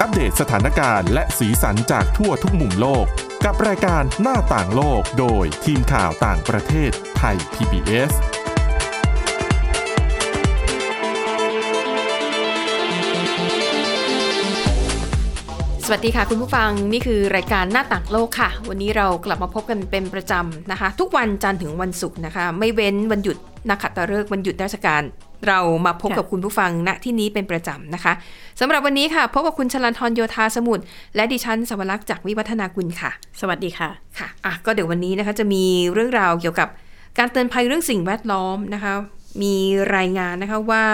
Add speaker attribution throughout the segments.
Speaker 1: อัปเดตสถานการณ์และสีสันจากทั่วทุกมุมโลก กับรายการหน้าต่างโลกโดยทีมข่าวต่างประเทศไทย PBS
Speaker 2: สวัสดีค่ะคุณผู้ฟังนี่คือรายการหน้าต่างโลกค่ะ วันนี้เรากลับมาพบกันเป็นประจำนะคะ ทุกวันจันทร์ถึงวันศุกร์นะคะ ไม่เว้นวันหยุดนักขัตฤกษ์วันหยุดราชการ เรามาพบกับคุณผู้ฟังณที่นี้เป็นประจำนะคะสำหรับวันนี้ค่ะพบกับคุณชลันทรโยธาสมุทรและดิฉันสวรักษ์จากวิวัฒนากุลค่ะ
Speaker 3: สวัสดีค่ะ
Speaker 2: ค่ะ อ่ะ ก็เดี๋ยววันนี้นะคะจะมีเรื่องราวเกี่ยวกับการเตือนภัยเรื่องสิ่งแวดล้อมนะคะ มีรายงานนะคะว่า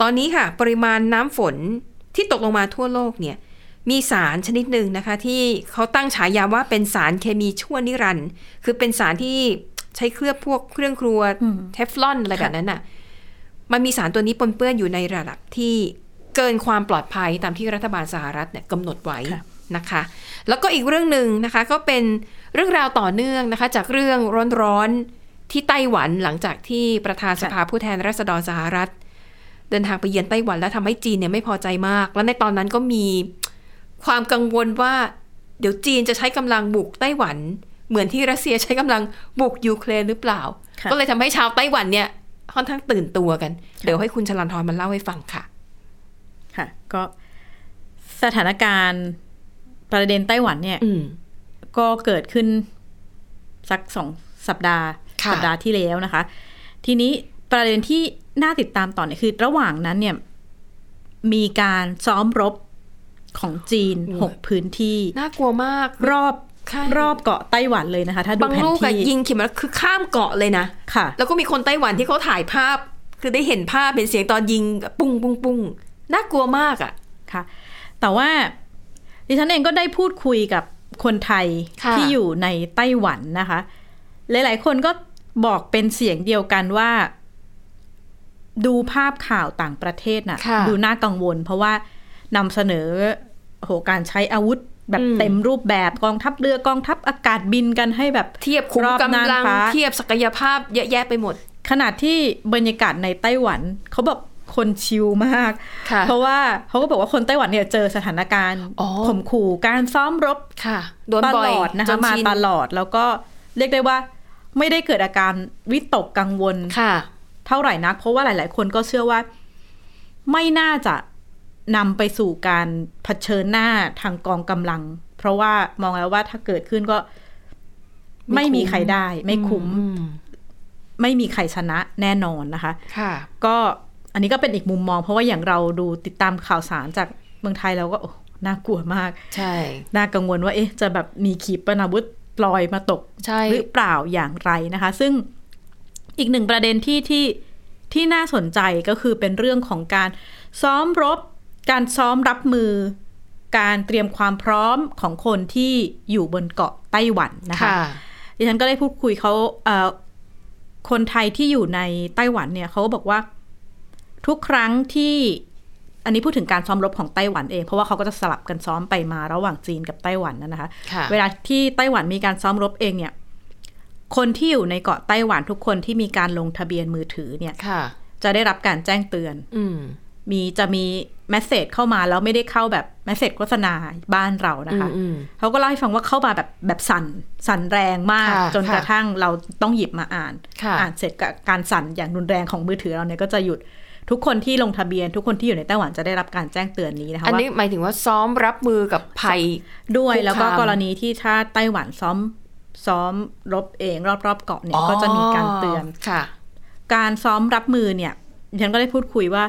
Speaker 2: ตอนนี้ค่ะ ปริมาณน้ำฝนที่ตกลงมาทั่วโลกเนี่ย มีสารชนิดหนึ่งนะคะ ที่เขาตั้งฉายาว่าเป็นสารเคมีชั่วนิรันดร์ คือเป็นสารที่ใช้เคลือบพวกเครื่องครัว
Speaker 3: อืม
Speaker 2: เทฟลอนอะไรแบบนั้นน่ะ มันมีสารตัวนี้ปนเปื้อนอยู่ในระดับที่เกินความปลอดภัยตามที่รัฐบาลสหรัฐเนี่ยกำหนดไว้
Speaker 3: ค่ะ
Speaker 2: นะคะ แล้วก็อีกเรื่องหนึ่งนะคะก็เป็นเรื่องราวต่อเนื่องนะคะ จากเรื่องร้อนๆที่ไต้หวันหลังจากที่ประธานสภาผู้แทนราษฎรสหรัฐ เดินทางไปเยือนไต้หวันแล้วทำให้จีนเนี่ยไม่พอใจมาก แล้วในตอนนั้นก็มีความกังวลว่า เดี๋ยวจีนจะใช้กำลังบุกไต้หวัน เหมือนที่รัสเซียใช้กำลังบุกยูเครนหรือเปล่า
Speaker 3: ค่ะ
Speaker 2: ก็เลยทำให้ชาวไต้หวันเนี่ยค่อนข้างตื่นตัวกัน เดี๋ยวให้คุณชลันทรมันเล่าให้ฟังค่ะ
Speaker 3: ค่ะ ก็สถานการณ์ประเด็นไต้หวันเนี่ย
Speaker 2: อืม
Speaker 3: ก็เกิดขึ้นสักสองสัปดาห์
Speaker 2: ค่ะ
Speaker 3: สัปดาห์ที่แล้วนะคะ ทีนี้ประเด็นที่น่าติดตามต่อเนี่ยคือ ระหว่างนั้นเนี่ยมีการซ้อมรบของจีนหกพื้นที่
Speaker 2: น่ากลัวมาก
Speaker 3: รอบ
Speaker 2: ใช่
Speaker 3: รอบเกาะไต้หวันเลยนะคะ ถ้าดู
Speaker 2: บาง
Speaker 3: แผน
Speaker 2: ลูกอะ
Speaker 3: ที่
Speaker 2: ยิงเข็มแล้วคือข้ามเกาะเลยนะ
Speaker 3: ค่ะ
Speaker 2: แล้วก็มีคนไต้หวันที่เขาถ่ายภาพ คือได้เห็นภาพเป็นเสียงตอนยิงปุ้งปุ้งปุ้งน่ากลัวมากอ่ะ
Speaker 3: ค่ะแต่ว่าดิฉันเองก็ได้พูดคุยกับคนไทย
Speaker 2: ค่ะ
Speaker 3: ที่อยู่ในไต้หวันนะคะ หลายๆ คนก็บอกเป็นเสียงเดียวกันว่า ดูภาพข่าวต่างประเทศน่ะ
Speaker 2: ค่ะ
Speaker 3: ดูน่ากังวล เพราะว่านำเสนอโหการใช้อาวุธแบบ
Speaker 2: อืม
Speaker 3: เต็มรูปแบบกองทัพเรือกองทัพอากาศบินกันให้แบบ
Speaker 2: เทียบคุ้ม
Speaker 3: รอบ
Speaker 2: กำ
Speaker 3: น่า
Speaker 2: ลั
Speaker 3: น
Speaker 2: ง
Speaker 3: ฟ้า
Speaker 2: เทียบศักยภาพเยอะแยะไปหมด
Speaker 3: ขนาดที่บรรยากาศในไต้หวันเขาแบบคนชิลมาก
Speaker 2: ค่ะ
Speaker 3: เพราะว่าเขาก็บอกว่าคนไต้หวันเนี่ยเจอสถานการณ์
Speaker 2: อ๋อ
Speaker 3: ข่มขู่การซ้อมรบ
Speaker 2: ค่ะโดน
Speaker 3: ต
Speaker 2: บ่อ
Speaker 3: ล
Speaker 2: ย
Speaker 3: อดนะ
Speaker 2: จ
Speaker 3: คะมา
Speaker 2: ชิ
Speaker 3: ตลอดแล้วก็เรียกได้ว่า ไม่ได้เกิดอาการวิตกกังวล
Speaker 2: ค่ะ
Speaker 3: เท่าไหร่นัก เพราะว่าหลาย ๆ คนก็เชื่อว่า ไม่น่าจะนำไปสู่การเผชิญหน้าทางกองกำลัง เพราะว่ามองแล้วว่าถ้าเกิดขึ้นก็
Speaker 2: ไม่
Speaker 3: ไม่
Speaker 2: คุ้ม
Speaker 3: มีใครได้ ไม่คุ้ม
Speaker 2: อื
Speaker 3: ไม่มีใครชนะแน่นอนนะคะ
Speaker 2: ค่ะ
Speaker 3: ก็อันนี้ก็เป็นอีกมุมมองเพราะว่าอย่างเราดูติดตามข่าวสารจากเมืองไทยเราก็โอ้น่ากลัวมาก
Speaker 2: ใช่
Speaker 3: น่ากังวลว่าเอ๊ะจะแบบมีขีปนาวุธลอยมาตก
Speaker 2: ใช่
Speaker 3: หรือเปล่าอย่างไรนะคะ ซึ่งอีกหนึ่งประเด็นที่ที่ที่น่าสนใจก็คือเป็นเรื่องของการซ้อมรบ การซ้อมรับมือ การเตรียมความพร้อมของคนที่อยู่บนเกาะไต้หวันนะคะ ดิฉันก็ได้พูดคุยเขาเอ่อคนไทยที่อยู่ในไต้หวันเนี่ยเขาก็บอกว่าทุกครั้งที่ อันนี้พูดถึงการซ้อมรบของไต้หวันเอง เพราะว่าเขาก็จะสลับกันซ้อมไปมาระหว่างจีนกับไต้หวันนะนะคะ
Speaker 2: ค่ะ
Speaker 3: เวลาที่ไต้หวันมีการซ้อมรบเองเนี่ย คนที่อยู่ในเกาะไต้หวันทุกคนที่มีการลงทะเบียนมือถือเนี่ย
Speaker 2: ค่ะ
Speaker 3: จะได้รับการแจ้งเตือน
Speaker 2: อืม
Speaker 3: มีจะมีแมสเซจเข้ามาแล้วไม่ได้เข้าแบบแมสเซจโฆษณาบ้านเรานะคะ
Speaker 2: อืม
Speaker 3: เขาก็เล่าให้ฟังว่าเข้ามาแบบแบบสั่นสั่นแรงมาก
Speaker 2: ค่ะ
Speaker 3: จนกระ
Speaker 2: ค่ะ
Speaker 3: ทั่งเราต้องหยิบมาอ่าน
Speaker 2: ค่ะ
Speaker 3: อ่านเสร็จกับการสั่นอย่างรุนแรงของมือถือเราเนี่ยก็จะหยุดทุกคนที่ลงทะเบียน ทุกคนที่อยู่ในไต้หวันจะได้รับการแจ้งเตือนนี้นะคะ
Speaker 2: อัน
Speaker 3: ว่า
Speaker 2: นี้หมายถึงว่าซ้อมรับมือกับภัย
Speaker 3: ด้วย
Speaker 2: คุกคาม
Speaker 3: แล้วก็กรณีที่ถ้าไต้หวันซ้อมซ้อมรบเองรอบๆเกาะเนี่ยก็จะมีการเตือน
Speaker 2: ค่ะ
Speaker 3: การซ้อมรับมือเนี่ยฉันก็ได้พูดคุยว่า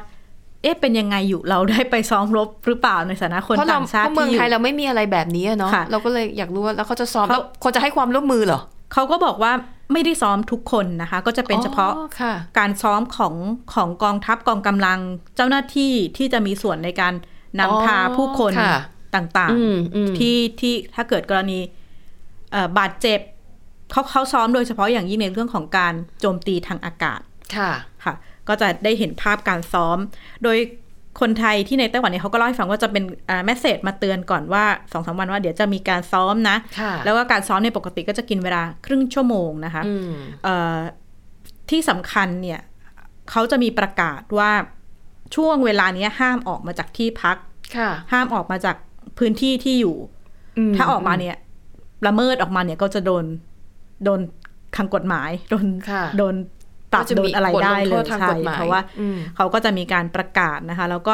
Speaker 3: เอ๊ะเป็นยังไงอยู่เราได้ไปซ้อมรบหรือเปล่าในฐานะคน
Speaker 2: เพราะเรา
Speaker 3: ต่าง
Speaker 2: เพ
Speaker 3: ชาติ
Speaker 2: ราะเมือง
Speaker 3: ที่อ
Speaker 2: ไท
Speaker 3: ยู่
Speaker 2: ยเราไม่มีอะไรแบบนี้อะเนาะ
Speaker 3: ค่ะ
Speaker 2: เราก็เลยอยากรู้ว่าแล้วเขาจะซ้อม
Speaker 3: เขา
Speaker 2: แล้วคนจะให้ความร่วมมือเหรอ
Speaker 3: เขาก็บอกว่าไม่ได้ซ้อมทุกคนนะคะ ก็จะเป็นเฉพาะ
Speaker 2: อ๋อค่ะ
Speaker 3: การซ้อมของของกองทัพกองกำลังเจ้าหน้าที่ที่จะมีส่วนในการนำพา
Speaker 2: อ๋อ
Speaker 3: ผู้คน
Speaker 2: ค่ะ
Speaker 3: ต่าง
Speaker 2: อืมอืม
Speaker 3: ๆ ที่ที่ถ้าเกิดกรณีเอ่อบาดเจ็บเขาเขาซ้อมโดยเฉพาะอย่างยิ่งในเรื่องของการโจมตีทางอากาศ
Speaker 2: ค่ะ
Speaker 3: ค่ะ ก็จะได้เห็นภาพการซ้อม โดยคนไทยที่ในไต้หวันเนี่ยเขาก็เล่าให้ฟังว่าจะเป็นแมสเซจมาเตือนก่อนว่าสองสามวันว่าเดี๋ยวจะมีการซ้อมนะ
Speaker 2: ค่ะ
Speaker 3: แล้วก็การซ้อมในยปกติก็จะกินเวลาครึ่งชั่วโมงนะคะ
Speaker 2: อืม
Speaker 3: เอ่อที่สำคัญเนี่ยเขาจะมีประกาศว่าช่วงเวลาเนี้ยห้ามออกมาจากที่พัก
Speaker 2: ค่ะ
Speaker 3: ห้ามออกมาจากพื้นที่ที่อยู่ ถ้าออกมาเนี่ยละเมิดออกมาเนี่ยก็จะโดนโดนทางกฎหมาย โดน
Speaker 2: ค่ะ
Speaker 3: โดนปรับ
Speaker 2: ก็จะ
Speaker 3: โด
Speaker 2: มี
Speaker 3: นอะไรได้
Speaker 2: บทลง
Speaker 3: เล
Speaker 2: โท
Speaker 3: ย
Speaker 2: ษทาง
Speaker 3: ใช่
Speaker 2: กฎหมาย
Speaker 3: เพราะว่า
Speaker 2: อืม
Speaker 3: เขาก็จะมีการประกาศนะคะ แล้วก็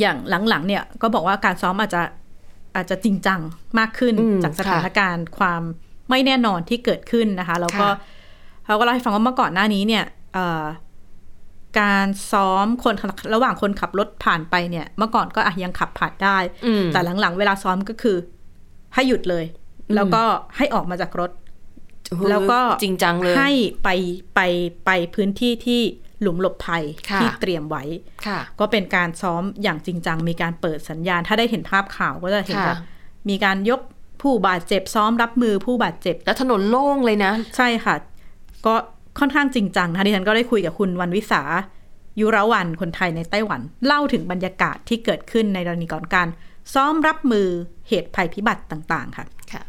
Speaker 3: อย่างหลังๆ เนี่ยก็บอกว่าการซ้อมอาจจะอาจจะจริงจังมากขึ้น
Speaker 2: อืม
Speaker 3: จากสถาน
Speaker 2: ค่ะ
Speaker 3: การณ์ความไม่แน่นอนที่เกิดขึ้นนะคะ แล้วก็
Speaker 2: ค่ะ
Speaker 3: เขาก็เล่าให้ฟังว่าเมื่อก่อนหน้านี้เนี่ยเอ่อ การซ้อมคนระหว่างคนขับรถผ่านไปเนี่ย เมื่อก่อนก็อ่ะยังขับผ่านได้
Speaker 2: อืม
Speaker 3: แต่หลังๆ เวลาซ้อมก็คือ ให้หยุดเลย
Speaker 2: อืม
Speaker 3: แล้วก็ให้ออกมาจากรถ แล้วก็
Speaker 2: จริงจังเลย
Speaker 3: ให้ไปไปไปพื้นที่ที่หลุมหลบภัย
Speaker 2: ค่ะ
Speaker 3: ที่เตรียมไว้
Speaker 2: ค่ะ
Speaker 3: ก็เป็นการซ้อมอย่างจริงจัง มีการเปิดสัญญาณ ถ้าได้เห็นภาพข่าวก็จะเห็น
Speaker 2: ค่ะ
Speaker 3: แบบมีการยกผู้บาดเจ็บซ้อมรับมือผู้บาดเจ็บ
Speaker 2: แล้วถนนโล่งเลยนะ
Speaker 3: ใช่ค่ะ ก็ค่อนข้างจริงจังนะคะดิฉันก็ได้คุยกับคุณวันวิสา ยุระวันคนไทยในไต้หวัน เล่าถึงบรรยากาศที่เกิดขึ้นในกรณีก่อนการ ซ้อมรับมือเหตุภัยพิบัติต่าง ๆ ค่ะ
Speaker 2: ค่ะ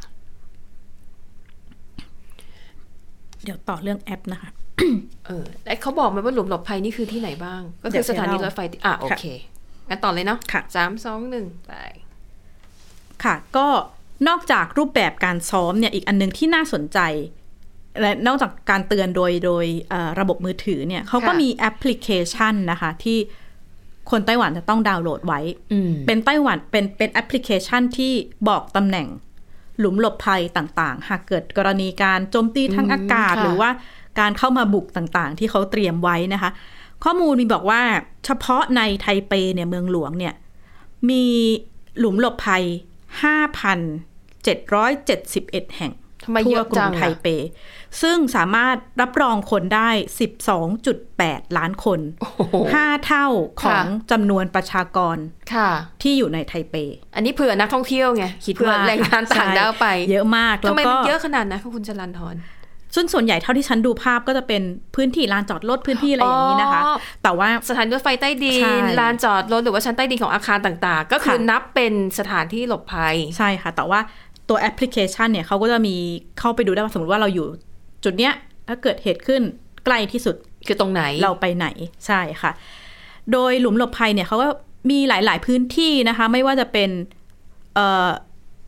Speaker 3: เดี๋ยวต่อเรื่องแอปนะคะ
Speaker 2: เออแล้วเขาบอกไหมว่าหลุมหลบภัยนี่คือที่ไหนบ้าง ก็คื
Speaker 3: เดี๋ย
Speaker 2: อ
Speaker 3: ว
Speaker 2: สถานี
Speaker 3: เดี๋ยว
Speaker 2: รถไฟที่อ่ะโอเคงั้นต่อเลยเนาะ
Speaker 3: ค่ะ
Speaker 2: สามสองหนึ่งไป
Speaker 3: ค่ะ ก็นอกจากรูปแบบการซ้อมเนี่ยอีกอันหนึงที่น่าสนใจ และนอกจากการเตือนโดยโดยเอ่อระบบมือถือเนี่ยเขาก็
Speaker 2: ค่ะ
Speaker 3: มีแอปพลิเคชันนะคะ ที่คนไต้หวันจะต้องดาวน์โหลดไว้
Speaker 2: อืม
Speaker 3: เป็นไต้หวันเป็นเป็นแอปพลิเคชันที่บอกตำแหน่ง หลุมหลบภัยต่างๆ หากเกิดกรณีการโจมตีทางอากาศ
Speaker 2: ค่ะ
Speaker 3: หรือว่าการเข้ามาบุกต่างๆ ที่เขาเตรียมไว้นะคะ ข้อมูลมีบอกว่าเฉพาะในไทเปเนี่ยเมืองหลวงเนี่ยมีหลุมหลบภัย 5,771 แห่ง
Speaker 2: ทำไมเย
Speaker 3: ทั่ว
Speaker 2: อะ
Speaker 3: กรุ
Speaker 2: จั
Speaker 3: ง
Speaker 2: ง
Speaker 3: ไท
Speaker 2: อะ
Speaker 3: เป ซึ่งสามารถรับรองคนได้ 12.8 ล้านคน
Speaker 2: โอ้โห
Speaker 3: 5 เท่าของ
Speaker 2: ค่ะ
Speaker 3: จำนวนประชากร
Speaker 2: ค่ะ
Speaker 3: ที่อยู่ในไทเป
Speaker 2: อันนี้เผื่อนักท่องเที่ยวไง
Speaker 3: คิด
Speaker 2: เผื่อ
Speaker 3: ว่า
Speaker 2: แรงงานต่างด้าวไป
Speaker 3: เยอะมากแล้
Speaker 2: ทำ
Speaker 3: ว
Speaker 2: ไมมั
Speaker 3: ก็
Speaker 2: นเยอะขนาดนั้นคะคุณจรันทร
Speaker 3: ซึ่งส่วนใหญ่เท่าที่ฉันดูภาพก็จะเป็นพื้นที่ลานจอดรถพื้นที่อะไรอย่างนี้นะคะ
Speaker 2: อ๋อ
Speaker 3: แต่ว่า
Speaker 2: สถานีรถไฟใต้ดิ
Speaker 3: ใช่
Speaker 2: นลานจอดรถหรือว่าชั้นใต้ดินของอาคารต่างๆ ก็คือ
Speaker 3: ค่ะ
Speaker 2: นับเป็นสถานที่หลบภัย
Speaker 3: ใช่ค่ะ แต่ว่าตัวแอปพลิเคชันเนี่ยเขาก็จะมีเข้าไปดูได้ว่าสมมติว่าเราอยู่จุดเนี้ยถ้าเกิดเหตุขึ้นใกล้ที่สุด
Speaker 2: คือตรงไหน
Speaker 3: เราไปไหนใช่ค่ะ โดยหลุมหลบภัยเนี่ยเขาก็มีหลาย ๆ พื้นที่นะคะ ไม่ว่าจะเป็นเอ่อ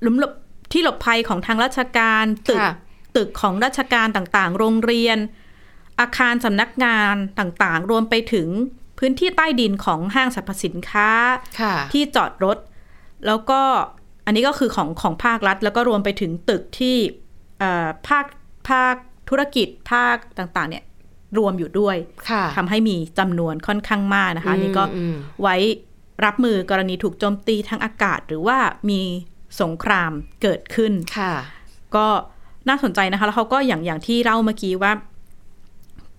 Speaker 3: หลุมหลบที่หลบภัยของทางราชการตึก
Speaker 2: ค่ะ
Speaker 3: ตึกของราชการต่างๆ โรงเรียน อาคารสำนักงานต่างๆ รวมไปถึงพื้นที่ใต้ดินของห้างสรรพสินค้า
Speaker 2: ค่ะ
Speaker 3: ที่จอดรถ แล้วก็อันนี้ก็คือของของภาครัฐ แล้วก็รวมไปถึงตึกที่เอ่อภาคภาคธุรกิจภาคต่างๆ เนี่ยรวมอยู่ด้วย
Speaker 2: ค่ะ
Speaker 3: ทำให้มีจำนวนค่อนข้างมากนะคะอันนี่ก็
Speaker 2: อืม
Speaker 3: ไว้รับมือกรณีถูกโจมตีทางอากาศ หรือว่ามีสงครามเกิดขึ้น
Speaker 2: ค่ะ
Speaker 3: ก็น่าสนใจนะคะแล้วเขาก็อย่างอย่างที่เล่าเมื่อกี้ว่า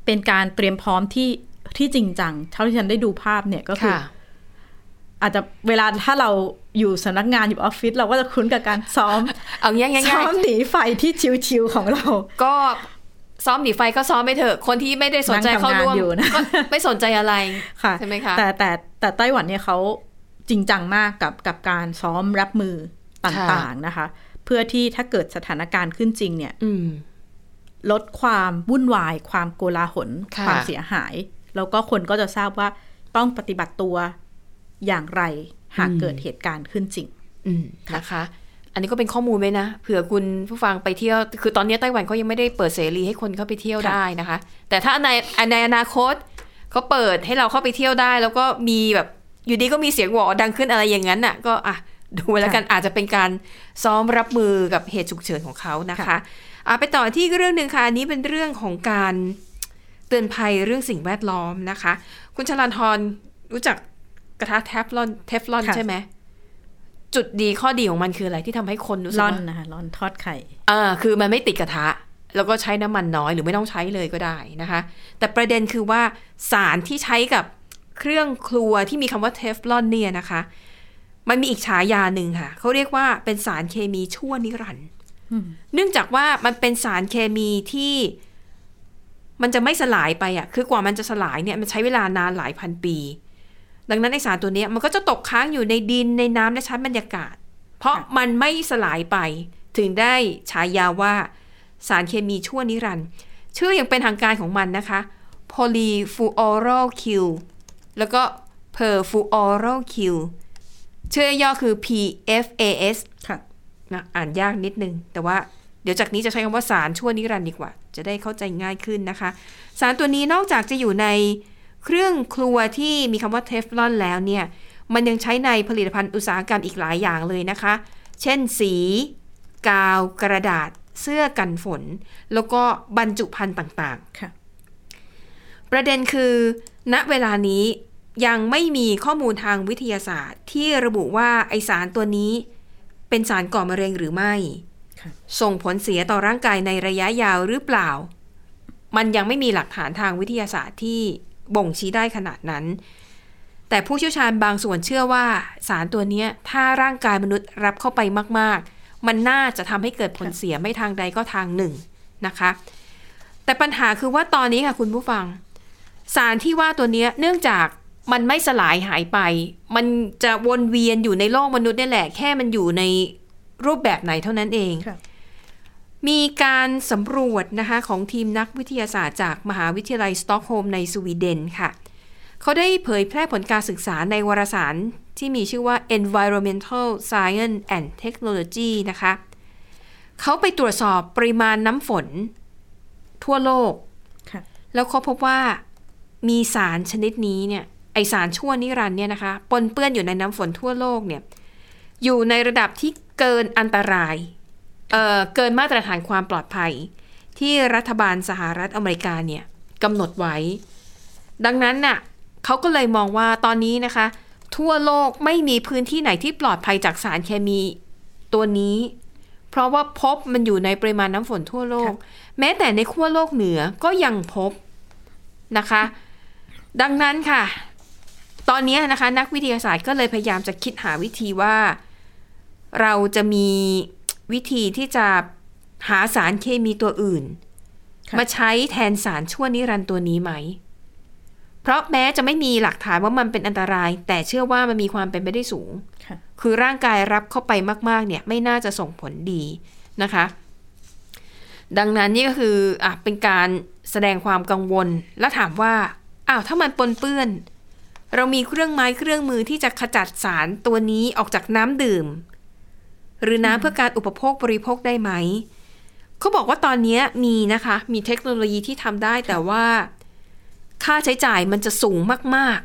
Speaker 3: เป็นการเตรียมพร้อมที่ที่จริงจังเท่าที่ฉันได้ดูภาพเนี่ยก็คือ
Speaker 2: ค่ะ
Speaker 3: อาจจะเวลาถ้าเราอยู่สำนักงานอยู่ออฟฟิศเราก็จะคุ้นกับการซ้อม
Speaker 2: เอางี้ง่าย
Speaker 3: ซ้อ
Speaker 2: ๆ
Speaker 3: มหนีไฟที่ชิวๆของเรา
Speaker 2: ก็ซ้อมหนีไฟก็ซ้อมไปเถอะ คนที่ไม่ได้สนใจ
Speaker 3: นั่งทำงาน
Speaker 2: เข้าร่วม
Speaker 3: อยู่นะ
Speaker 2: ก็ไม่สนใจอะไร
Speaker 3: ค่ะ
Speaker 2: ใช่ไหมคะ
Speaker 3: แต่แต่แต่ไต้หวันเนี่ยเขาจริงจังมากกับกับการซ้อมรับมือต่างๆนะคะ เพื่อที่ถ้าเกิดสถานการณ์ขึ้นจริงเนี่ย
Speaker 2: อืม
Speaker 3: ลดความวุ่นวาย ความโกลาหล
Speaker 2: ค่ะ
Speaker 3: ความเสียหาย แล้วก็คนก็จะทราบว่าต้องปฏิบัติตัวอย่างไร หากเกิดเหตุการณ์ขึ้นจริง
Speaker 2: อืมนะคะ อันนี้ก็เป็นข้อมูลไว้นะเผื่อคุณผู้ฟังไปเที่ยว คือตอนนี้ไต้หวันเขายังไม่ได้เปิดเสรีให้คนเข้าไปเที่ยว
Speaker 3: ค่ะ
Speaker 2: ได้นะคะ แต่ถ้าในในอนาคตเขาเปิดให้เราเข้าไปเที่ยวได้ แล้วก็มีแบบอยู่ดีก็มีเสียงหวอดังขึ้นอะไรอย่างนั้นน่ะ ก็อ่ะดูไว้แล้วกันอาจจะเป็นการซ้อมรับมือกับเหตุฉุกเฉินของเขานะคะอ่ะไปต่อที่เรื่องหนึ่งค่ะอันนี้เป็นเรื่องของการเตือนภัยเรื่องสิ่งแวดล้อมนะคะ คุณชลันทรรู้จักกระทะเทฟลอนเทฟลอน
Speaker 3: ค่ะ
Speaker 2: ใช่ไหม จุดดีข้อดีของมันคืออะไรที่ทำให้คนรู้สึก
Speaker 3: ร่อน
Speaker 2: ว่า
Speaker 3: นะคะร่อนทอดไข่
Speaker 2: อ่าคือมันไม่ติดกระทะ แล้วก็ใช้น้ำมันน้อยหรือไม่ต้องใช้เลยก็ได้นะคะ แต่ประเด็นคือว่าสารที่ใช้กับเครื่องครัวที่มีคำว่าเทฟลอนเนี่ยนะคะ มันมีอีกฉายาหนึ่งค่ะ เขาเรียกว่าเป็นสารเคมีชั่วนิรันดร์
Speaker 3: อืม
Speaker 2: เนื่องจากว่ามันเป็นสารเคมีที่ มันจะไม่สลายไปอ่ะ คือกว่ามันจะสลายเนี่ยมันใช้เวลานานหลายพันปี ดังนั้นไอสารตัวเนี้ยมันก็จะตกค้างอยู่ในดินในน้ำและชั้นบรรยากาศ เพราะมันไม่สลายไปถึงได้ฉายาว่าสารเคมีชั่วนิรันดร์ชื่ออย่างเป็นทางการของมันนะคะ polyfluoralkyl แล้วก็ perfluoralkyl ชื่อย่อคือ PFAS
Speaker 3: ค่ะ
Speaker 2: นะอ่านยากนิดนึง แต่ว่าเดี๋ยวจากนี้จะใช้คำว่าสารชั่วนิรันดร์ดีกว่า จะได้เข้าใจง่ายขึ้นนะคะ สารตัวนี้นอกจากจะอยู่ในเครื่องครัวที่มีคำว่าเทฟลอนแล้วเนี่ย มันยังใช้ในผลิตภัณฑ์อุตสาหกรรมอีกหลายอย่างเลยนะคะ เช่นสี กาวกระดาษ เสื้อกันฝน แล้วก็บรรจุภัณฑ์ต่างๆ
Speaker 3: ค่ะ
Speaker 2: ประเด็นคือ ณเวลานี้ยังไม่มีข้อมูลทางวิทยาศาสตร์ ที่ระบุว่าไอสารตัวนี้ เป็นสารก่อมะเร็งหรือไม่
Speaker 3: ค่ะ
Speaker 2: ส่งผลเสียต่อร่างกายในระยะยาวหรือเปล่า มันยังไม่มีหลักฐานทางวิทยาศาสตร์ที่บ่งชี้ได้ขนาดนั้น แต่ผู้เชี่ยวชาญบางส่วนเชื่อว่าสารตัวเนี้ยถ้าร่างกายมนุษย์รับเข้าไปมาก ๆ มันน่าจะทำให้เกิดผลเสียไม่ทางใดก็ทางหนึ่งนะคะ แต่ปัญหาคือว่าตอนนี้ค่ะคุณผู้ฟัง สารที่ว่าตัวเนี้ยเนื่องจากมันไม่สลายหายไป มันจะวนเวียนอยู่ในโลกมนุษย์นี่แหละ แค่มันอยู่ในรูปแบบไหนเท่านั้นเอง
Speaker 3: ค่ะ
Speaker 2: มีการสำรวจนะคะของทีมนักวิทยาศาสตร์จากมหาวิทยาลัยสต็อกโฮล์มในสวีเดนค่ะ เขาได้เผยแพร่ผลการศึกษาในวารสารที่มีชื่อว่า Environmental Science and Technology นะคะ เขาไปตรวจสอบปริมาณน้ำฝน ทั่วโลก
Speaker 3: ค่ะ
Speaker 2: แล้วเขาพบว่ามีสารชนิดนี้เนี่ยไอสารชั่วนิรันดร์เนี่ยนะคะปนเปื้อนอยู่ในน้ำฝนทั่วโลกเนี่ยอยู่ในระดับที่เกินอันตรายเอ่อเกินมาตรฐานความปลอดภัย ที่รัฐบาลสหรัฐอเมริกาเนี่ยกำหนดไว้ ดังนั้นน่ะเขาก็เลยมองว่าตอนนี้นะคะ ทั่วโลกไม่มีพื้นที่ไหนที่ปลอดภัยจากสารเคมีตัวนี้ เพราะว่าพบมันอยู่ในปริมาณน้ำฝนทั่วโลก
Speaker 3: ค่ะ
Speaker 2: แม้แต่ในขั้วโลกเหนือก็ยังพบนะคะ ดังนั้นค่ะ ตอนนี้นะคะ นักวิทยาศาสตร์ก็เลยพยายามจะคิดหาวิธีว่า เราจะมีวิธีที่จะหาสารเคมีตัวอื่น
Speaker 3: ค่ะ
Speaker 2: มาใช้แทนสารชั่วนิรันดร์ตัวนี้ไหม เพราะแม้จะไม่มีหลักฐานว่ามันเป็นอันตราย แต่เชื่อว่ามันมีความเป็นไปได้สูง
Speaker 3: ค่ะ
Speaker 2: คือร่างกายรับเข้าไปมาก ๆ เนี่ยไม่น่าจะส่งผลดีนะคะ ดังนั้นนี่ก็คืออ่ะเป็นการแสดงความกังวล และถามว่าอ้าวถ้ามันปนเปื้อน เรามีเครื่องไม้เครื่องมือที่จะขจัดสารตัวนี้ออกจากน้ำดื่ม หรือน้ำเพื่อการอุปโภคบริโภคได้ไหม เขาบอกว่าตอนนี้มีนะคะ มีเทคโนโลยีที่ทำได้แต่ว่าค่าใช้จ่ายมันจะสูงมาก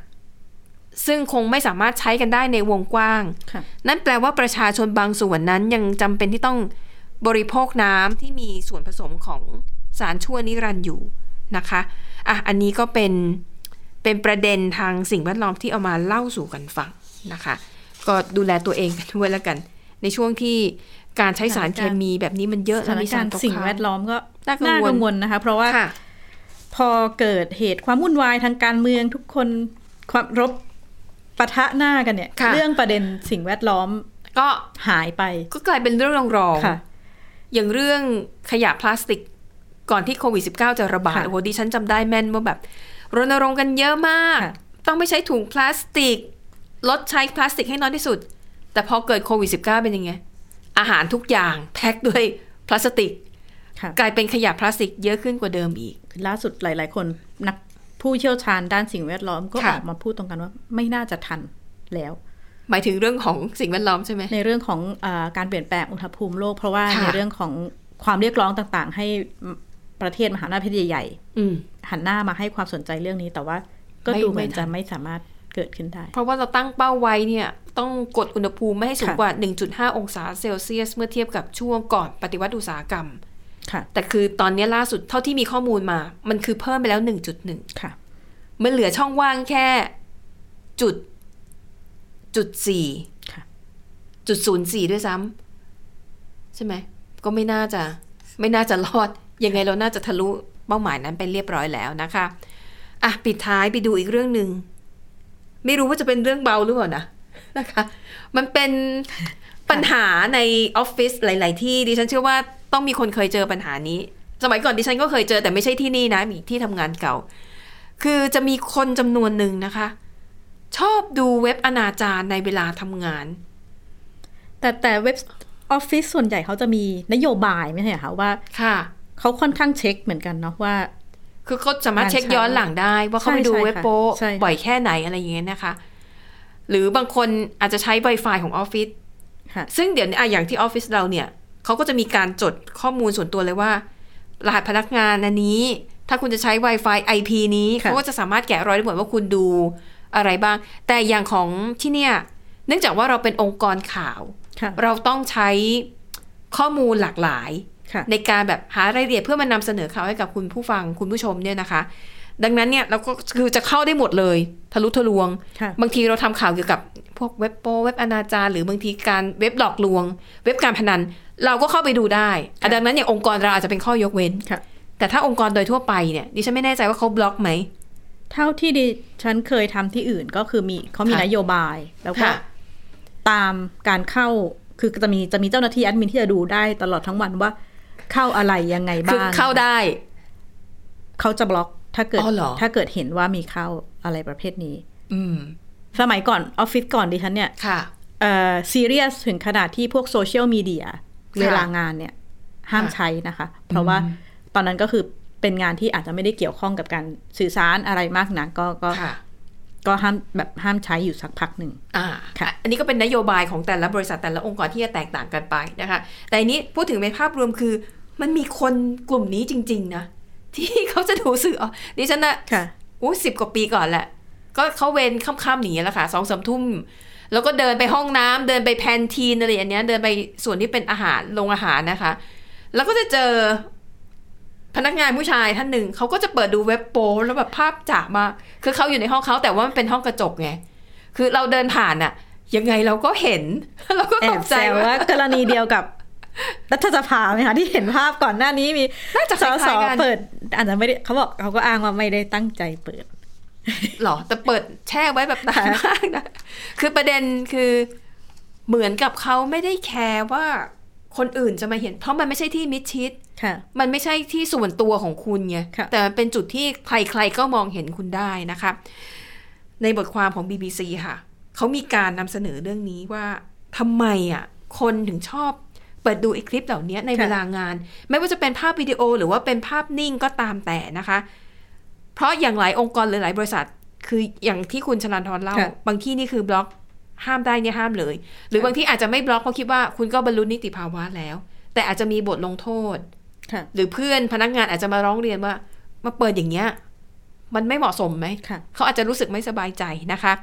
Speaker 2: ๆ ซึ่งคงไม่สามารถใช้กันได้ในวงกว้าง
Speaker 3: ค่ะ
Speaker 2: นั่นแปลว่าประชาชนบางส่วนนั้นยังจำเป็นที่ต้องบริโภคน้ำที่มีส่วนผสมของสารชั่วนิรันดร์อยู่นะคะอ่ะอันนี้ก็เป็นเป็นประเด็นทางสิ่งแวดล้อมที่เอามาเล่าสู่กันฟังนะคะ ก็ดูแลตัวเองกันด้วยแล้วกัน ในช่วงที่การใช้สารเคมีแบบนี้มันเยอะ
Speaker 3: สถาน
Speaker 2: มี
Speaker 3: การณ์
Speaker 2: ต
Speaker 3: สิ่ง
Speaker 2: ค้
Speaker 3: แวดล้อมก็
Speaker 2: น่ากังวล
Speaker 3: น่ากังวลนะคะ เพราะว่า
Speaker 2: ค่ะ
Speaker 3: พอเกิดเหตุความวุ่นวายทางการเมืองทุกคนความรบปะทะหน้ากันเนี่ย
Speaker 2: ค่ะ
Speaker 3: เรื่องประเด็นสิ่งแวดล้อม
Speaker 2: ก็
Speaker 3: หายไป
Speaker 2: ก็กลายเป็นเรื่องรองรองๆ
Speaker 3: ค่ะ
Speaker 2: อย่างเรื่องขยะพลาสติกก่อนที่โควิด -19 จะระบาด
Speaker 3: ค่ะ
Speaker 2: โอ้โหดิฉันจำได้แม่นว่าแบบรณรงค์กันเยอะมาก
Speaker 3: ค่ะ
Speaker 2: ต้องไม่ใช้ถุงพลาสติก ลดใช้พลาสติกให้น้อยที่สุด แต่พอเกิดโควิด -19 เป็นยังไง อาหารทุกอย่างแพ็คด้วยพลาสติก
Speaker 3: ค่ะ
Speaker 2: กลายเป็นขยะพลาสติกเยอะขึ้นกว่าเดิมอีก
Speaker 3: ล่าสุดหลาย ๆ คนนักผู้เชี่ยวชาญด้านสิ่งแวดล้อมก็อ
Speaker 2: ค่ะ
Speaker 3: อกมาพูดตรงกันว่าไม่น่าจะทันแล้ว
Speaker 2: หมายถึงเรื่องของสิ่งแวดล้อมใช่ไหม
Speaker 3: ในเรื่องของอาการเปลี่ยนแปลงอุณหภูมิโลก เพราะว่า
Speaker 2: ค่ะ
Speaker 3: ในเรื่องของความเรียกร้องต่าง ๆ ให้ประเทศมหาอำนาจใหญ่
Speaker 2: อืม
Speaker 3: ๆหันหน้ามาให้ความสนใจเรื่องนี้ แต่ว่าก็
Speaker 2: ไม่
Speaker 3: ดูเหมือน
Speaker 2: ไม่ทัน
Speaker 3: จะไม่สามารถเกิดขึ้นได้
Speaker 2: เพราะว่าเราตั้งเป้าไว้เนี่ย ต้องกดอุณหภูมิไม่ให้สูง
Speaker 3: ค่ะ
Speaker 2: กว่า 1.5 องศาเซลเซียส เมื่อเทียบกับช่วงก่อนปฏิวัติอุตสาหกรรม
Speaker 3: ค่ะ
Speaker 2: แต่คือตอนนี้ล่าสุดเท่าที่มีข้อมูลมา มันคือเพิ่มไปแล้ว 1.1
Speaker 3: ค่ะ
Speaker 2: มันเหลือช่องว่างแค่จุดจุดสี่
Speaker 3: ค่ะ
Speaker 2: จุดศูนย์สี่ด้วยซ้ำใช่ไหม ก็ไม่น่าจะ ไม่น่าจะรอด ยังไงเราน่าจะทะลุเป้าหมายนั้นไปเรียบร้อยแล้วนะคะ อ่ะ ปิดท้ายไปดูอีกเรื่องหนึ่ง ไม่รู้ว่าจะเป็นเรื่องเบาหรือเปล่านะ นะคะ มันเป็นปัญหาในออฟฟิศหลาย ๆ ที่ดิฉันเชื่อว่าต้องมีคนเคยเจอปัญหานี้ สมัยก่อนดิฉันก็เคยเจอแต่ไม่ใช่ที่นี่นะมีที่ทำงานเก่า คือจะมีคนจำนวนหนึ่งนะคะ ชอบดูเว็บอนาจารในเวลาทำงาน
Speaker 3: แต่แต่เว็บออฟฟิศส่วนใหญ่เขาจะมีนโยบายไม่ใช่เหรอคะว่า
Speaker 2: ค่ะ
Speaker 3: เขาค่อนข้างเช็คเหมือนกันเนาะว่า
Speaker 2: คือเขาสามารถเช็คย้อนหลังได้ ว่าเขาไปดู
Speaker 3: ใช่ใช่
Speaker 2: เว็บโป๊ะ
Speaker 3: ใช่ค่ะ
Speaker 2: บ่อยแค่ไหนอะไรอย่างเงี้ยนะคะ หรือบางคนอาจจะใช้ Wi-Fi ของออฟฟิศ
Speaker 3: ค่ะ
Speaker 2: ซึ่งเดี๋ยวนี้อะอย่างที่ออฟฟิศเราเนี่ยเขาก็จะมีการจดข้อมูลส่วนตัวเลยว่า รหัสพนักงานอันนี้ ถ้าคุณจะใช้ Wi-Fi IP นี้
Speaker 3: ค่ะ
Speaker 2: เขาก็จะสามารถแกะรอยได้หมดว่าคุณดูอะไรบ้าง แต่อย่างของที่เนี่ย เนื่องจากว่าเราเป็นองค์กรข่าว
Speaker 3: ค่ะ
Speaker 2: เราต้องใช้ข้อมูลหลากหลาย
Speaker 3: ค่ะ
Speaker 2: ในการแบบหารายละเอียดเพื่อมานำเสนอข่าวให้กับคุณผู้ฟังคุณผู้ชมเนี่ยนะคะ ดังนั้นเนี่ยเราก็คือจะเข้าได้หมดเลย ทะลุทะลวง
Speaker 3: ค่ะ
Speaker 2: บางทีเราทำข่าวเกี่ยวกับพวกเว็บโปเว็บอนาจารหรือบางทีการเว็บหลอกลวง เว็บการพนัน เราก็เข้าไปดูได้อ่ะดังนั้นอย่างองค์กรเราอาจจะเป็นข้อยกเว้น
Speaker 3: ค่ะ
Speaker 2: แต่ถ้าองค์กรโดยทั่วไปเนี่ยดิฉันไม่แน่ใจว่าเขาบล็อกไหม
Speaker 3: เท่าที่ดิฉันเคยทำที่อื่นก็คือมีเขามี
Speaker 2: ค่ะ
Speaker 3: นโยบาย แล้วก็ตามการเข้าคือจะมีจะมีเจ้าหน้าที่แอดมินที่จะดูได้ตลอดทั้งวันว่าเข้าอะไรยังไง
Speaker 2: คือ
Speaker 3: บ้าง
Speaker 2: เข้าได้
Speaker 3: เขาจะบล็อกถ้าเกิด
Speaker 2: อ๋อเหรอ
Speaker 3: ถ้าเกิดเห็นว่ามีเข้าอะไรประเภทนี้
Speaker 2: อืม
Speaker 3: สมัยก่อนออฟฟิศก่อนดิฉันเนี่ย
Speaker 2: ค่ะ
Speaker 3: เอ่อซีเรียสถึงขนาดที่พวกโซเชียลมีเดียเวลางานเนี่ย ห้าม
Speaker 2: ค่ะ
Speaker 3: ใช้นะคะ เพราะว่าตอนนั้นก็คือเป็นงานที่อาจจะไม่ได้เกี่ยวข้องกับการสื่อสารอะไรมากนักก็ก็
Speaker 2: ค่ะ
Speaker 3: ก็ห้ามแบบห้ามใช้อยู่สักพักหนึ่ง
Speaker 2: อ่า
Speaker 3: ค่ะ
Speaker 2: อันนี้ก็เป็นนโยบายของแต่ละบริษัทแต่ละองค์กรที่จะแตกต่างกันไปนะคะ แต่อันนี้พูดถึงในภาพรวมคือ มันมีคนกลุ่มนี้จริง ๆ นะ ที่เขาจะดูสื่ออ๋อดิฉันนะ
Speaker 3: ค่ะ
Speaker 2: อู้สิบกว่าปีก่อนแหละ ก็เขาเวรค่ำๆหนีแหล้วค่ะสองสามทุ่ม แล้วก็เดินไปห้องน้ำเดินไปแพนทีนอะไรอย่างเงี้ยเดินไปส่วนที่เป็นอาหารลงอาหารนะคะ แล้วก็จะเจอพนักงานผู้ชายท่านหนึ่งเขาก็จะเปิดดูเว็บโป๊แล้วแบบภาพจากมากคือเขาอยู่ในห้องเขาแต่ว่ามันเป็นห้องกระจกไง คือเราเดินผ่านอะยังไงเราก็เห็น เราก็
Speaker 3: แอ
Speaker 2: ต
Speaker 3: บ
Speaker 2: ก
Speaker 3: แซ
Speaker 2: ใจ
Speaker 3: ว
Speaker 2: ว่า
Speaker 3: ว่ากรณีเดียวกับ รัฐสภาไหมคะที่เห็นภาพก่อนหน้านี้มี
Speaker 2: น่าจะค
Speaker 3: ส
Speaker 2: ล้ายๆ
Speaker 3: ส
Speaker 2: กัน
Speaker 3: เปิดอาจจะไม่ได้เขาบอกเขาก็อ้างว่าไม่ได้ตั้งใจเปิด
Speaker 2: หรอแต่เปิดแช่ไว้แบบนานมากนะคือประเด็นคือเหมือนกับเขาไม่ได้แคร์ว่าคนอื่นจะมาเห็น เพราะมันไม่ใช่ที่มิดชิด
Speaker 3: ค่ะ
Speaker 2: มันไม่ใช่ที่ส่วนตัวของคุณไง
Speaker 3: ค่ะ
Speaker 2: แต่มันเป็นจุดที่ใครๆก็มองเห็นคุณได้นะคะ ในบทความของ BBC ค่ะ เขามีการนำเสนอเรื่องนี้ว่าทำไมอ่ะ คนถึงชอบเปิดดูไอ้คลิปเหล่านี้ใน
Speaker 3: ค่ะ
Speaker 2: เวลางาน ไม่ว่าจะเป็นภาพวิดีโอหรือว่าเป็นภาพนิ่งก็ตามแต่นะคะ เพราะอย่างหลายองค์กรหรือหลายบริษัท คืออย่างที่คุณชลันทรเล่า
Speaker 3: ค่ะ
Speaker 2: บางที่นี่คือบล็อกห้ามได้เนี่ยห้ามเลย หรือบางที่อาจจะไม่บล็อกเพราะคิดว่าคุณก็บรรลุนิติภาวะแล้ว แต่อาจจะมีบทลงโทษ
Speaker 3: ค่ะ
Speaker 2: หรือเพื่อนพนักงานอาจจะมาร้องเรียนว่า มาเปิดอย่างเงี้ย มันไม่เหมาะสมไหม
Speaker 3: ค่ะ
Speaker 2: เขาอาจจะรู้สึกไม่สบายใจนะคะ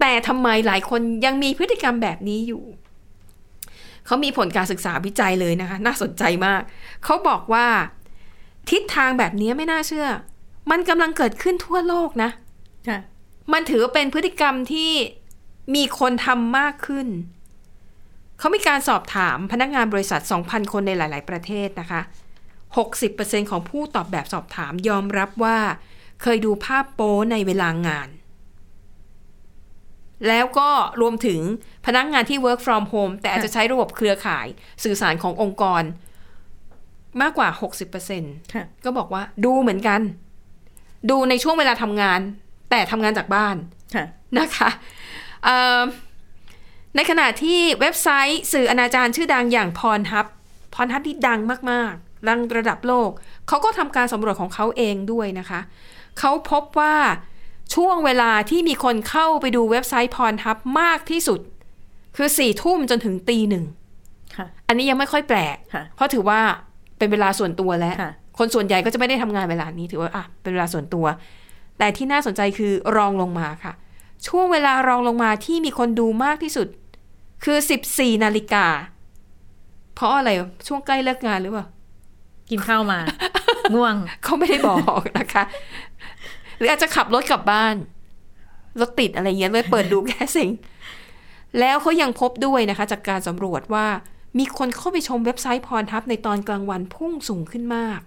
Speaker 2: แต่ทำไมหลายคนยังมีพฤติกรรมแบบนี้อยู่ เขามีผลการศึกษาวิจัยเลยนะคะ น่าสนใจมาก เขาบอกว่า ทิศทางแบบนี้ไม่น่าเชื่อ มันกำลังเกิดขึ้นทั่วโลกนะ
Speaker 3: ค่ะ
Speaker 2: มันถือว่าเป็นพฤติกรรมที่มีคนทำมากขึ้น เขามีการสอบถามพนักงานบริษัท 2,000 คนในหลาย ๆ ประเทศนะคะ 60%ของผู้ตอบแบบสอบถามยอมรับว่า เคยดูภาพโป๊ในเวลางาน แล้วก็รวมถึงพนักงานที่ work from home แต่อาจจะใช้ระบบเครือข่ายสื่อสารขององค์กร มากกว่า 60%
Speaker 3: ค่ะ
Speaker 2: ก็บอกว่าดูเหมือนกัน ดูในช่วงเวลาทำงาน แต่ทำงานจากบ้าน
Speaker 3: ค่ะ
Speaker 2: นะคะเอ่อในขณะที่เว็บไซต์สื่ออนาจารชื่อดังอย่างพรฮับพรฮับที่ดังมากๆดังระดับโลก เขาก็ทำการสำรวจของเขาเองด้วยนะคะ เขาพบว่าช่วงเวลาที่มีคนเข้าไปดูเว็บไซต์พรฮับมากที่สุด คือสี่ทุ่มจนถึงตีหนึ่ง
Speaker 3: ค่ะ
Speaker 2: อันนี้ยังไม่ค่อยแปลก
Speaker 3: ค่ะ
Speaker 2: เพราะถือว่าเป็นเวลาส่วนตัวแล้ว
Speaker 3: ค่ะ
Speaker 2: คนส่วนใหญ่ก็จะไม่ได้ทำงานเวลานี้ถือว่าอ่ะเป็นเวลาส่วนตัว แต่ที่น่าสนใจคือรองลงมาค่ะ ช่วงเวลารองลงมาที่มีคนดูมากที่สุด คือ 14 นาฬิกา เพราะอะไรช่วงใกล้เลิกงานหรือเปล่า
Speaker 3: กินข้าวมา ง่วง
Speaker 2: เขาไม่ได้บอกนะคะ หรืออาจจะขับรถกลับบ้านรถติดอะไรเงี้ยเลยเปิดดูแค่สิ่ง แล้วเขายังพบด้วยนะคะ จากการสำรวจว่ามีคนเข้าไปชมเว็บไซต์พรทับในตอนกลางวันพุ่งสูงขึ้นมาก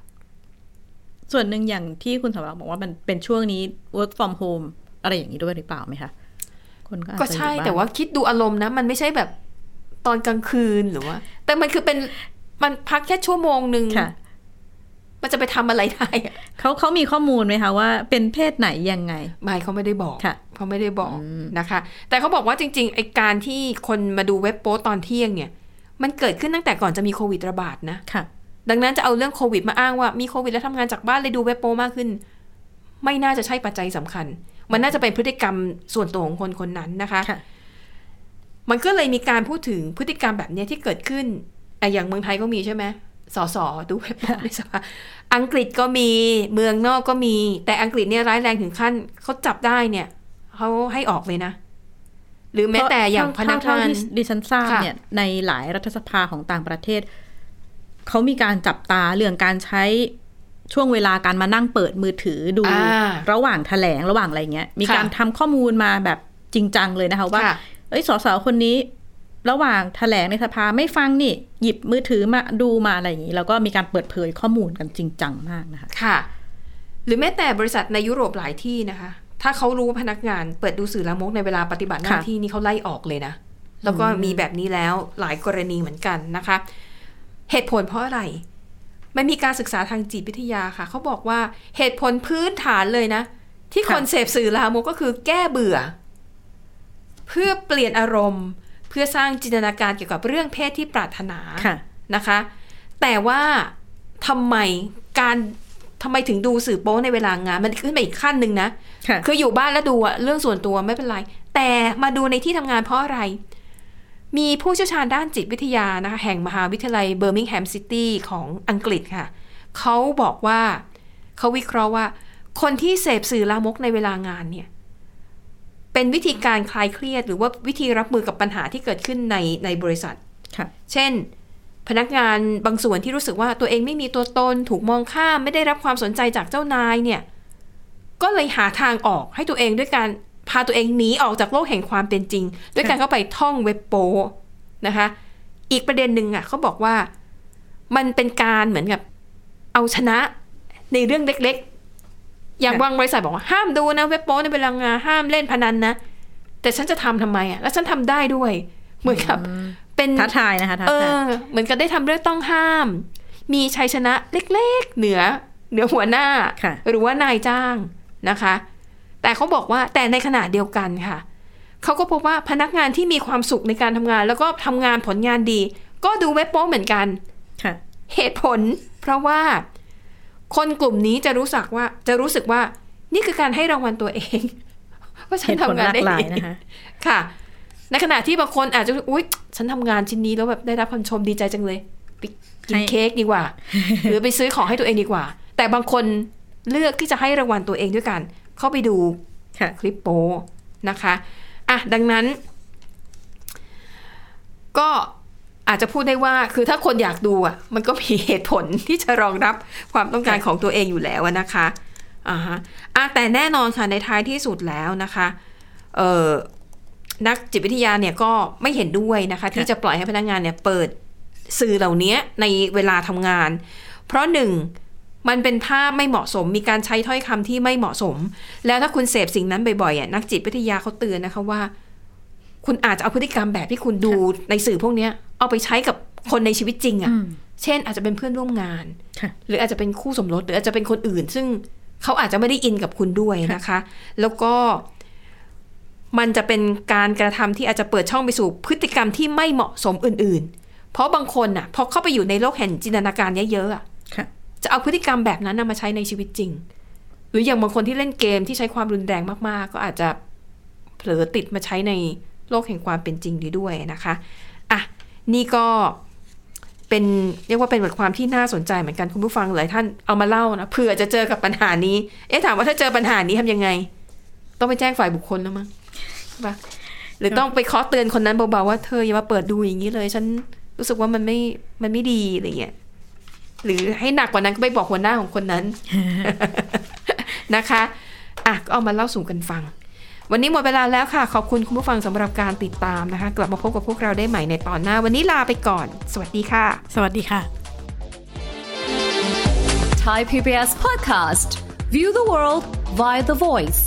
Speaker 3: ส่วนหนึ่งอย่างที่คุณสำรักบอกว่ามันเป็นช่วงนี้ work from home อะไรอย่างนี้ด้วยหรือเปล่าไหมคะ คนก็อาจจะ
Speaker 2: ก็ใช่
Speaker 3: อยู่บ้น
Speaker 2: แต่ว่าคิดดูอารมณ์นะ มันไม่ใช่แบบตอนกลางคืนหรือว่า แต่มันคือเป็นมันพักแค่ชั่วโมงหนึ่ง
Speaker 3: ค่ะ
Speaker 2: มันจะไปทำอะไรได้อะ
Speaker 3: เขาเขามีข้อมูลไหมคะว่าเป็นเพศไหนยังไง
Speaker 2: ไม่เขาไม่ได้บอก
Speaker 3: ค่ะ
Speaker 2: เขาไม่ได้บอกนะคะ แต่เขาบอกว่าจริงๆไอการที่คนมาดูเว็บโป๊ตอนเที่ยงเนี่ย มันเกิดขึ้นตั้งแต่ก่อนจะมีโควิดระบาดนะ
Speaker 3: ค่ะ
Speaker 2: ดังนั้นจะเอาเรื่องโควิดมาอ้างว่ามีโควิดแล้วทำงานจากบ้านเลยดูเว็บโป๊มากขึ้น ไม่น่าจะใช่ปัจจัยสำคัญ มันน่าจะเป็นพฤติกรรมส่วนตัวของคนคนนั้นนะคะ
Speaker 3: ค่ะ
Speaker 2: มันก็เลยมีการพูดถึงพฤติกรรมแบบเนี้ยที่เกิดขึ้นอะอย่างเมืองไทยก็มีใช่ไหมสอสอดูเว็บบอร์ดในสภาอังกฤษก็มีเมืองนอกก็มี แต่อังกฤษเนี่ยร้ายแรงถึงขั้นเขาจับได้เนี่ยเขาให้ออกเลยนะ หรือแม้แต่อย่างพ
Speaker 3: เท่
Speaker 2: นัก
Speaker 3: เท่
Speaker 2: งาน
Speaker 3: ที่ดิฉันทราบ
Speaker 2: ค่ะ
Speaker 3: เนี่ยในหลายรัฐสภาของต่างประเทศ เขามีการจับตาเรื่องการใช้ช่วงเวลาการมานั่งเปิดมือถือดู
Speaker 2: อ่า
Speaker 3: ระหว่างแถลงระหว่างอะไรเงี้ย มี
Speaker 2: ค่ะ
Speaker 3: การทำข้อมูลมาแบบจริงจังเลยนะคะว่า
Speaker 2: ค่ะ
Speaker 3: เอ้ยสสคนนี้ ระหว่างแถลงในสภาไม่ฟังนี่ หยิบมือถือมาดูมาอะไรอย่างนี้ แล้วก็มีการเปิดเผยข้อมูลกันจริงจังมากนะคะ
Speaker 2: ค่ะ หรือแม้แต่บริษัทในยุโรปหลายที่นะคะ ถ้าเขารู้ว่าพนักงานเปิดดูสื่อลามกในเวลาปฏิบัติหน้า
Speaker 3: ค่ะ
Speaker 2: ที่นี่เขาไล่ออกเลยนะ แล้วก็มีแบบนี้แล้วหลายกรณีเหมือนกันนะคะ เหตุผลเพราะอะไร มันมีการศึกษาทางจิตวิทยาค่ะ เขาบอกว่าเหตุผลพื้นฐานเลยนะ ที่คนเสพสื่อลามกก็คือแก้เบื่อ เพื่อเปลี่ยนอารมณ์ เพื่อสร้างจินตนาการเกี่ยวกับเรื่องเพศที่ปรารถนา
Speaker 3: ค่ะ
Speaker 2: นะคะ แต่ว่าทำไมการทำไมถึงดูสื่อโป๊ในเวลางาน มันขึ้นไปอีกขั้นหนึ่งนะ
Speaker 3: ค่ะ
Speaker 2: คืออยู่บ้านแล้วดูอะเรื่องส่วนตัวไม่เป็นไร แต่มาดูในที่ทำงานเพราะอะไร มีผู้เชี่ยวชาญด้านจิตวิทยานะคะ แห่งมหาวิทยาลัยเบอร์มิงแฮมซิตี้ของอังกฤษค่ะ เขาบอกว่าเขาวิเคราะห์ว่า คนที่เสพสื่อลามกในเวลางานเนี่ย เป็นวิธีการคลายเครียด หรือว่าวิธีรับมือกับปัญหาที่เกิดขึ้นในในบริษัท
Speaker 3: ค่ะ
Speaker 2: เช่น พนักงานบางส่วนที่รู้สึกว่าตัวเองไม่มีตัวตน ถูกมองข้ามไม่ได้รับความสนใจจากเจ้านายเนี่ย ก็เลยหาทางออกให้ตัวเองด้วยการพาตัวเองหนีออกจากโลกแห่งความเป็นจริง ด้วยการเข้าไปท่องเว็บโปนะคะ อีกประเด็นหนึ่งอ่ะเขาบอกว่ามันเป็นการเหมือนกับเอาชนะในเรื่องเล็กๆ อย่าง
Speaker 3: ค่ะ
Speaker 2: บางบริษัทบอกว่าห้ามดูนะเว็บโป้ในเวลางานห้ามเล่นพนันนะ แต่ฉันจะทำทำไมอ่ะแล้วฉันทำได้ด้วย เหมือนกับเป็น
Speaker 3: ท้าทายนะคะท้า
Speaker 2: เอ
Speaker 3: ทาย
Speaker 2: อเหมือนกับได้ทำเรื่องต้องห้าม มีชัยชนะเล็กๆ เหนือเหนือหัวหน้า
Speaker 3: ค่ะ
Speaker 2: หรือว่านายจ้างนะคะ แต่เขาบอกว่าแต่ในขณะเดียวกันค่ะ เขาก็พบว่าพนักงานที่มีความสุขในการทำงาน แล้วก็ทำงานผลงานดี ก็ดูเว็บโป้เหมือนกัน
Speaker 3: ค่ะ
Speaker 2: เหตุผล เพราะว่าคนกลุ่มนี้จะรู้สึกว่าจะรู้สึกว่า นี่คือการให้รางวัลตัวเอง ว่าฉั
Speaker 3: เห
Speaker 2: น
Speaker 3: ตุผล
Speaker 2: ทำงาน
Speaker 3: หลาก
Speaker 2: ได้
Speaker 3: หลาย
Speaker 2: ดี
Speaker 3: นะคะ
Speaker 2: ค่ะ ในขณะที่บางคนอาจจะอุ๊ย ฉันทำงานชิ้นนี้แล้วแบบได้รับคำชมดีใจจังเลยไปกิน
Speaker 3: ให้
Speaker 2: เค้กดีกว่า หรือไปซื้อของให้ตัวเองดีกว่า แต่บางคนเลือกที่จะให้รางวัลตัวเองด้วยกัน เข้าไปดู
Speaker 3: ค่ะ
Speaker 2: คลิปโป้นะคะอ่ะดังนั้น ก็อาจจะพูดได้ว่า คือถ้าคนอยากดูอ่ะ มันก็มีเหตุผลที่จะรองรับความต้องการของตัวเองอยู่แล้วอะนะคะอ่าฮะอ่ะแต่แน่นอนค่ะในท้ายที่สุดแล้วนะคะเอ่อ นักจิตวิทยาเนี่ยก็ไม่เห็นด้วยนะคะ ที่จะปล่อยให้พนักงานเนี่ยเปิดสื่อเหล่านี้ในเวลาทำงาน เพราะหนึ่งมันเป็นภาพไม่เหมาะสม มีการใช้ถ้อยคำที่ไม่เหมาะสม แล้วถ้าคุณเสพสิ่งนั้นบ่อยๆอ่ะนักจิตวิทยาเขาเตือนนะคะว่า คุณอาจจะเอาพฤติกรรมแบบที่คุณดูในสื่อพวกเนี้ยเอาไปใช้กับคนในชีวิตจริงอ่ะ
Speaker 3: อืม
Speaker 2: เช่นอาจจะเป็นเพื่อนร่วมงาน
Speaker 3: ค่ะ
Speaker 2: หรืออาจจะเป็นคู่สมรสหรืออาจจะเป็นคนอื่น ซึ่งเขาอาจจะไม่ได้อินกับคุณด้วยนะคะ แล้วก็มันจะเป็นการกระทำที่อาจจะเปิดช่องไปสู่พฤติกรรมที่ไม่เหมาะสมอื่น ๆ เพราะบางคนน่ะพอเข้าไปอยู่ในโลกแห่งจินตนาการเยอะๆอะ
Speaker 3: ค่ะ
Speaker 2: จะเอาพฤติกรรมแบบนั้นนะมาใช้ในชีวิตจริง หรืออย่างบางคนที่เล่นเกมที่ใช้ความรุนแรงมาก ๆ ก็อาจจะเผลอติดมาใช้ในโลกแห่งความเป็นจริงนี้ด้วยนะคะอ่ะนี่ก็ เป็นเรียกว่าเป็นบทความที่น่าสนใจเหมือนกันคุณผู้ฟังหลายท่านเอามาเล่านะเผื่อจะเจอกับปัญหานี้ เอ๊ะถามว่าถ้าเจอปัญหานี้ทำยังไง ต้องไปแจ้งฝ่ายบุคคลแล้วมั้งใช่ปะหรือต้องไปเคาะเตือนคนนั้นเบาๆว่าเธออย่ามาเปิดดูอย่างนี้เลย ฉันรู้สึกว่ามันไม่มันไม่ดีอะไรเงี้ยหรือให้หนักกว่านั้นก็ไปบอกหัวหน้าของคนนั้น นะคะอ่ะก็เอามาเล่าสู่กันฟัง วันนี้หมดเวลาแล้วค่ะ ขอบคุณคุณผู้ฟังสำหรับการติดตามนะคะ กลับมาพบกับพวกเราได้ใหม่ในตอนหน้า วันนี้ลาไปก่อน สวัสดีค่ะ
Speaker 3: สวัสดีค่ะ
Speaker 4: Thai PBS podcast. View the world via the voice.